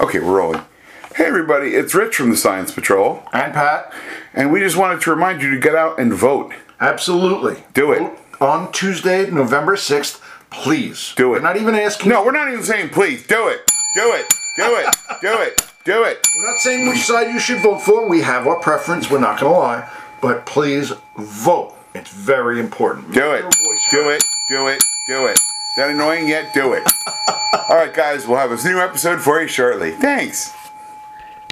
Okay, we're rolling. Hey, everybody, it's Rich from the Science Patrol, And Pat, and we just wanted to remind you to get out and vote. absolutely. Do it. On Tuesday, November 6th, please. Do it. We're not even asking. No, we're not even saying please. Do it. Do it. Do it. Do it. Do it. We're not saying which side you should vote for. We have our preference. We're not going to lie. But please vote. It's very important. Do it. Do it. Do it. Do it. Is that annoying yet? Do it. All right, guys, we'll have a new episode for you shortly. Thanks.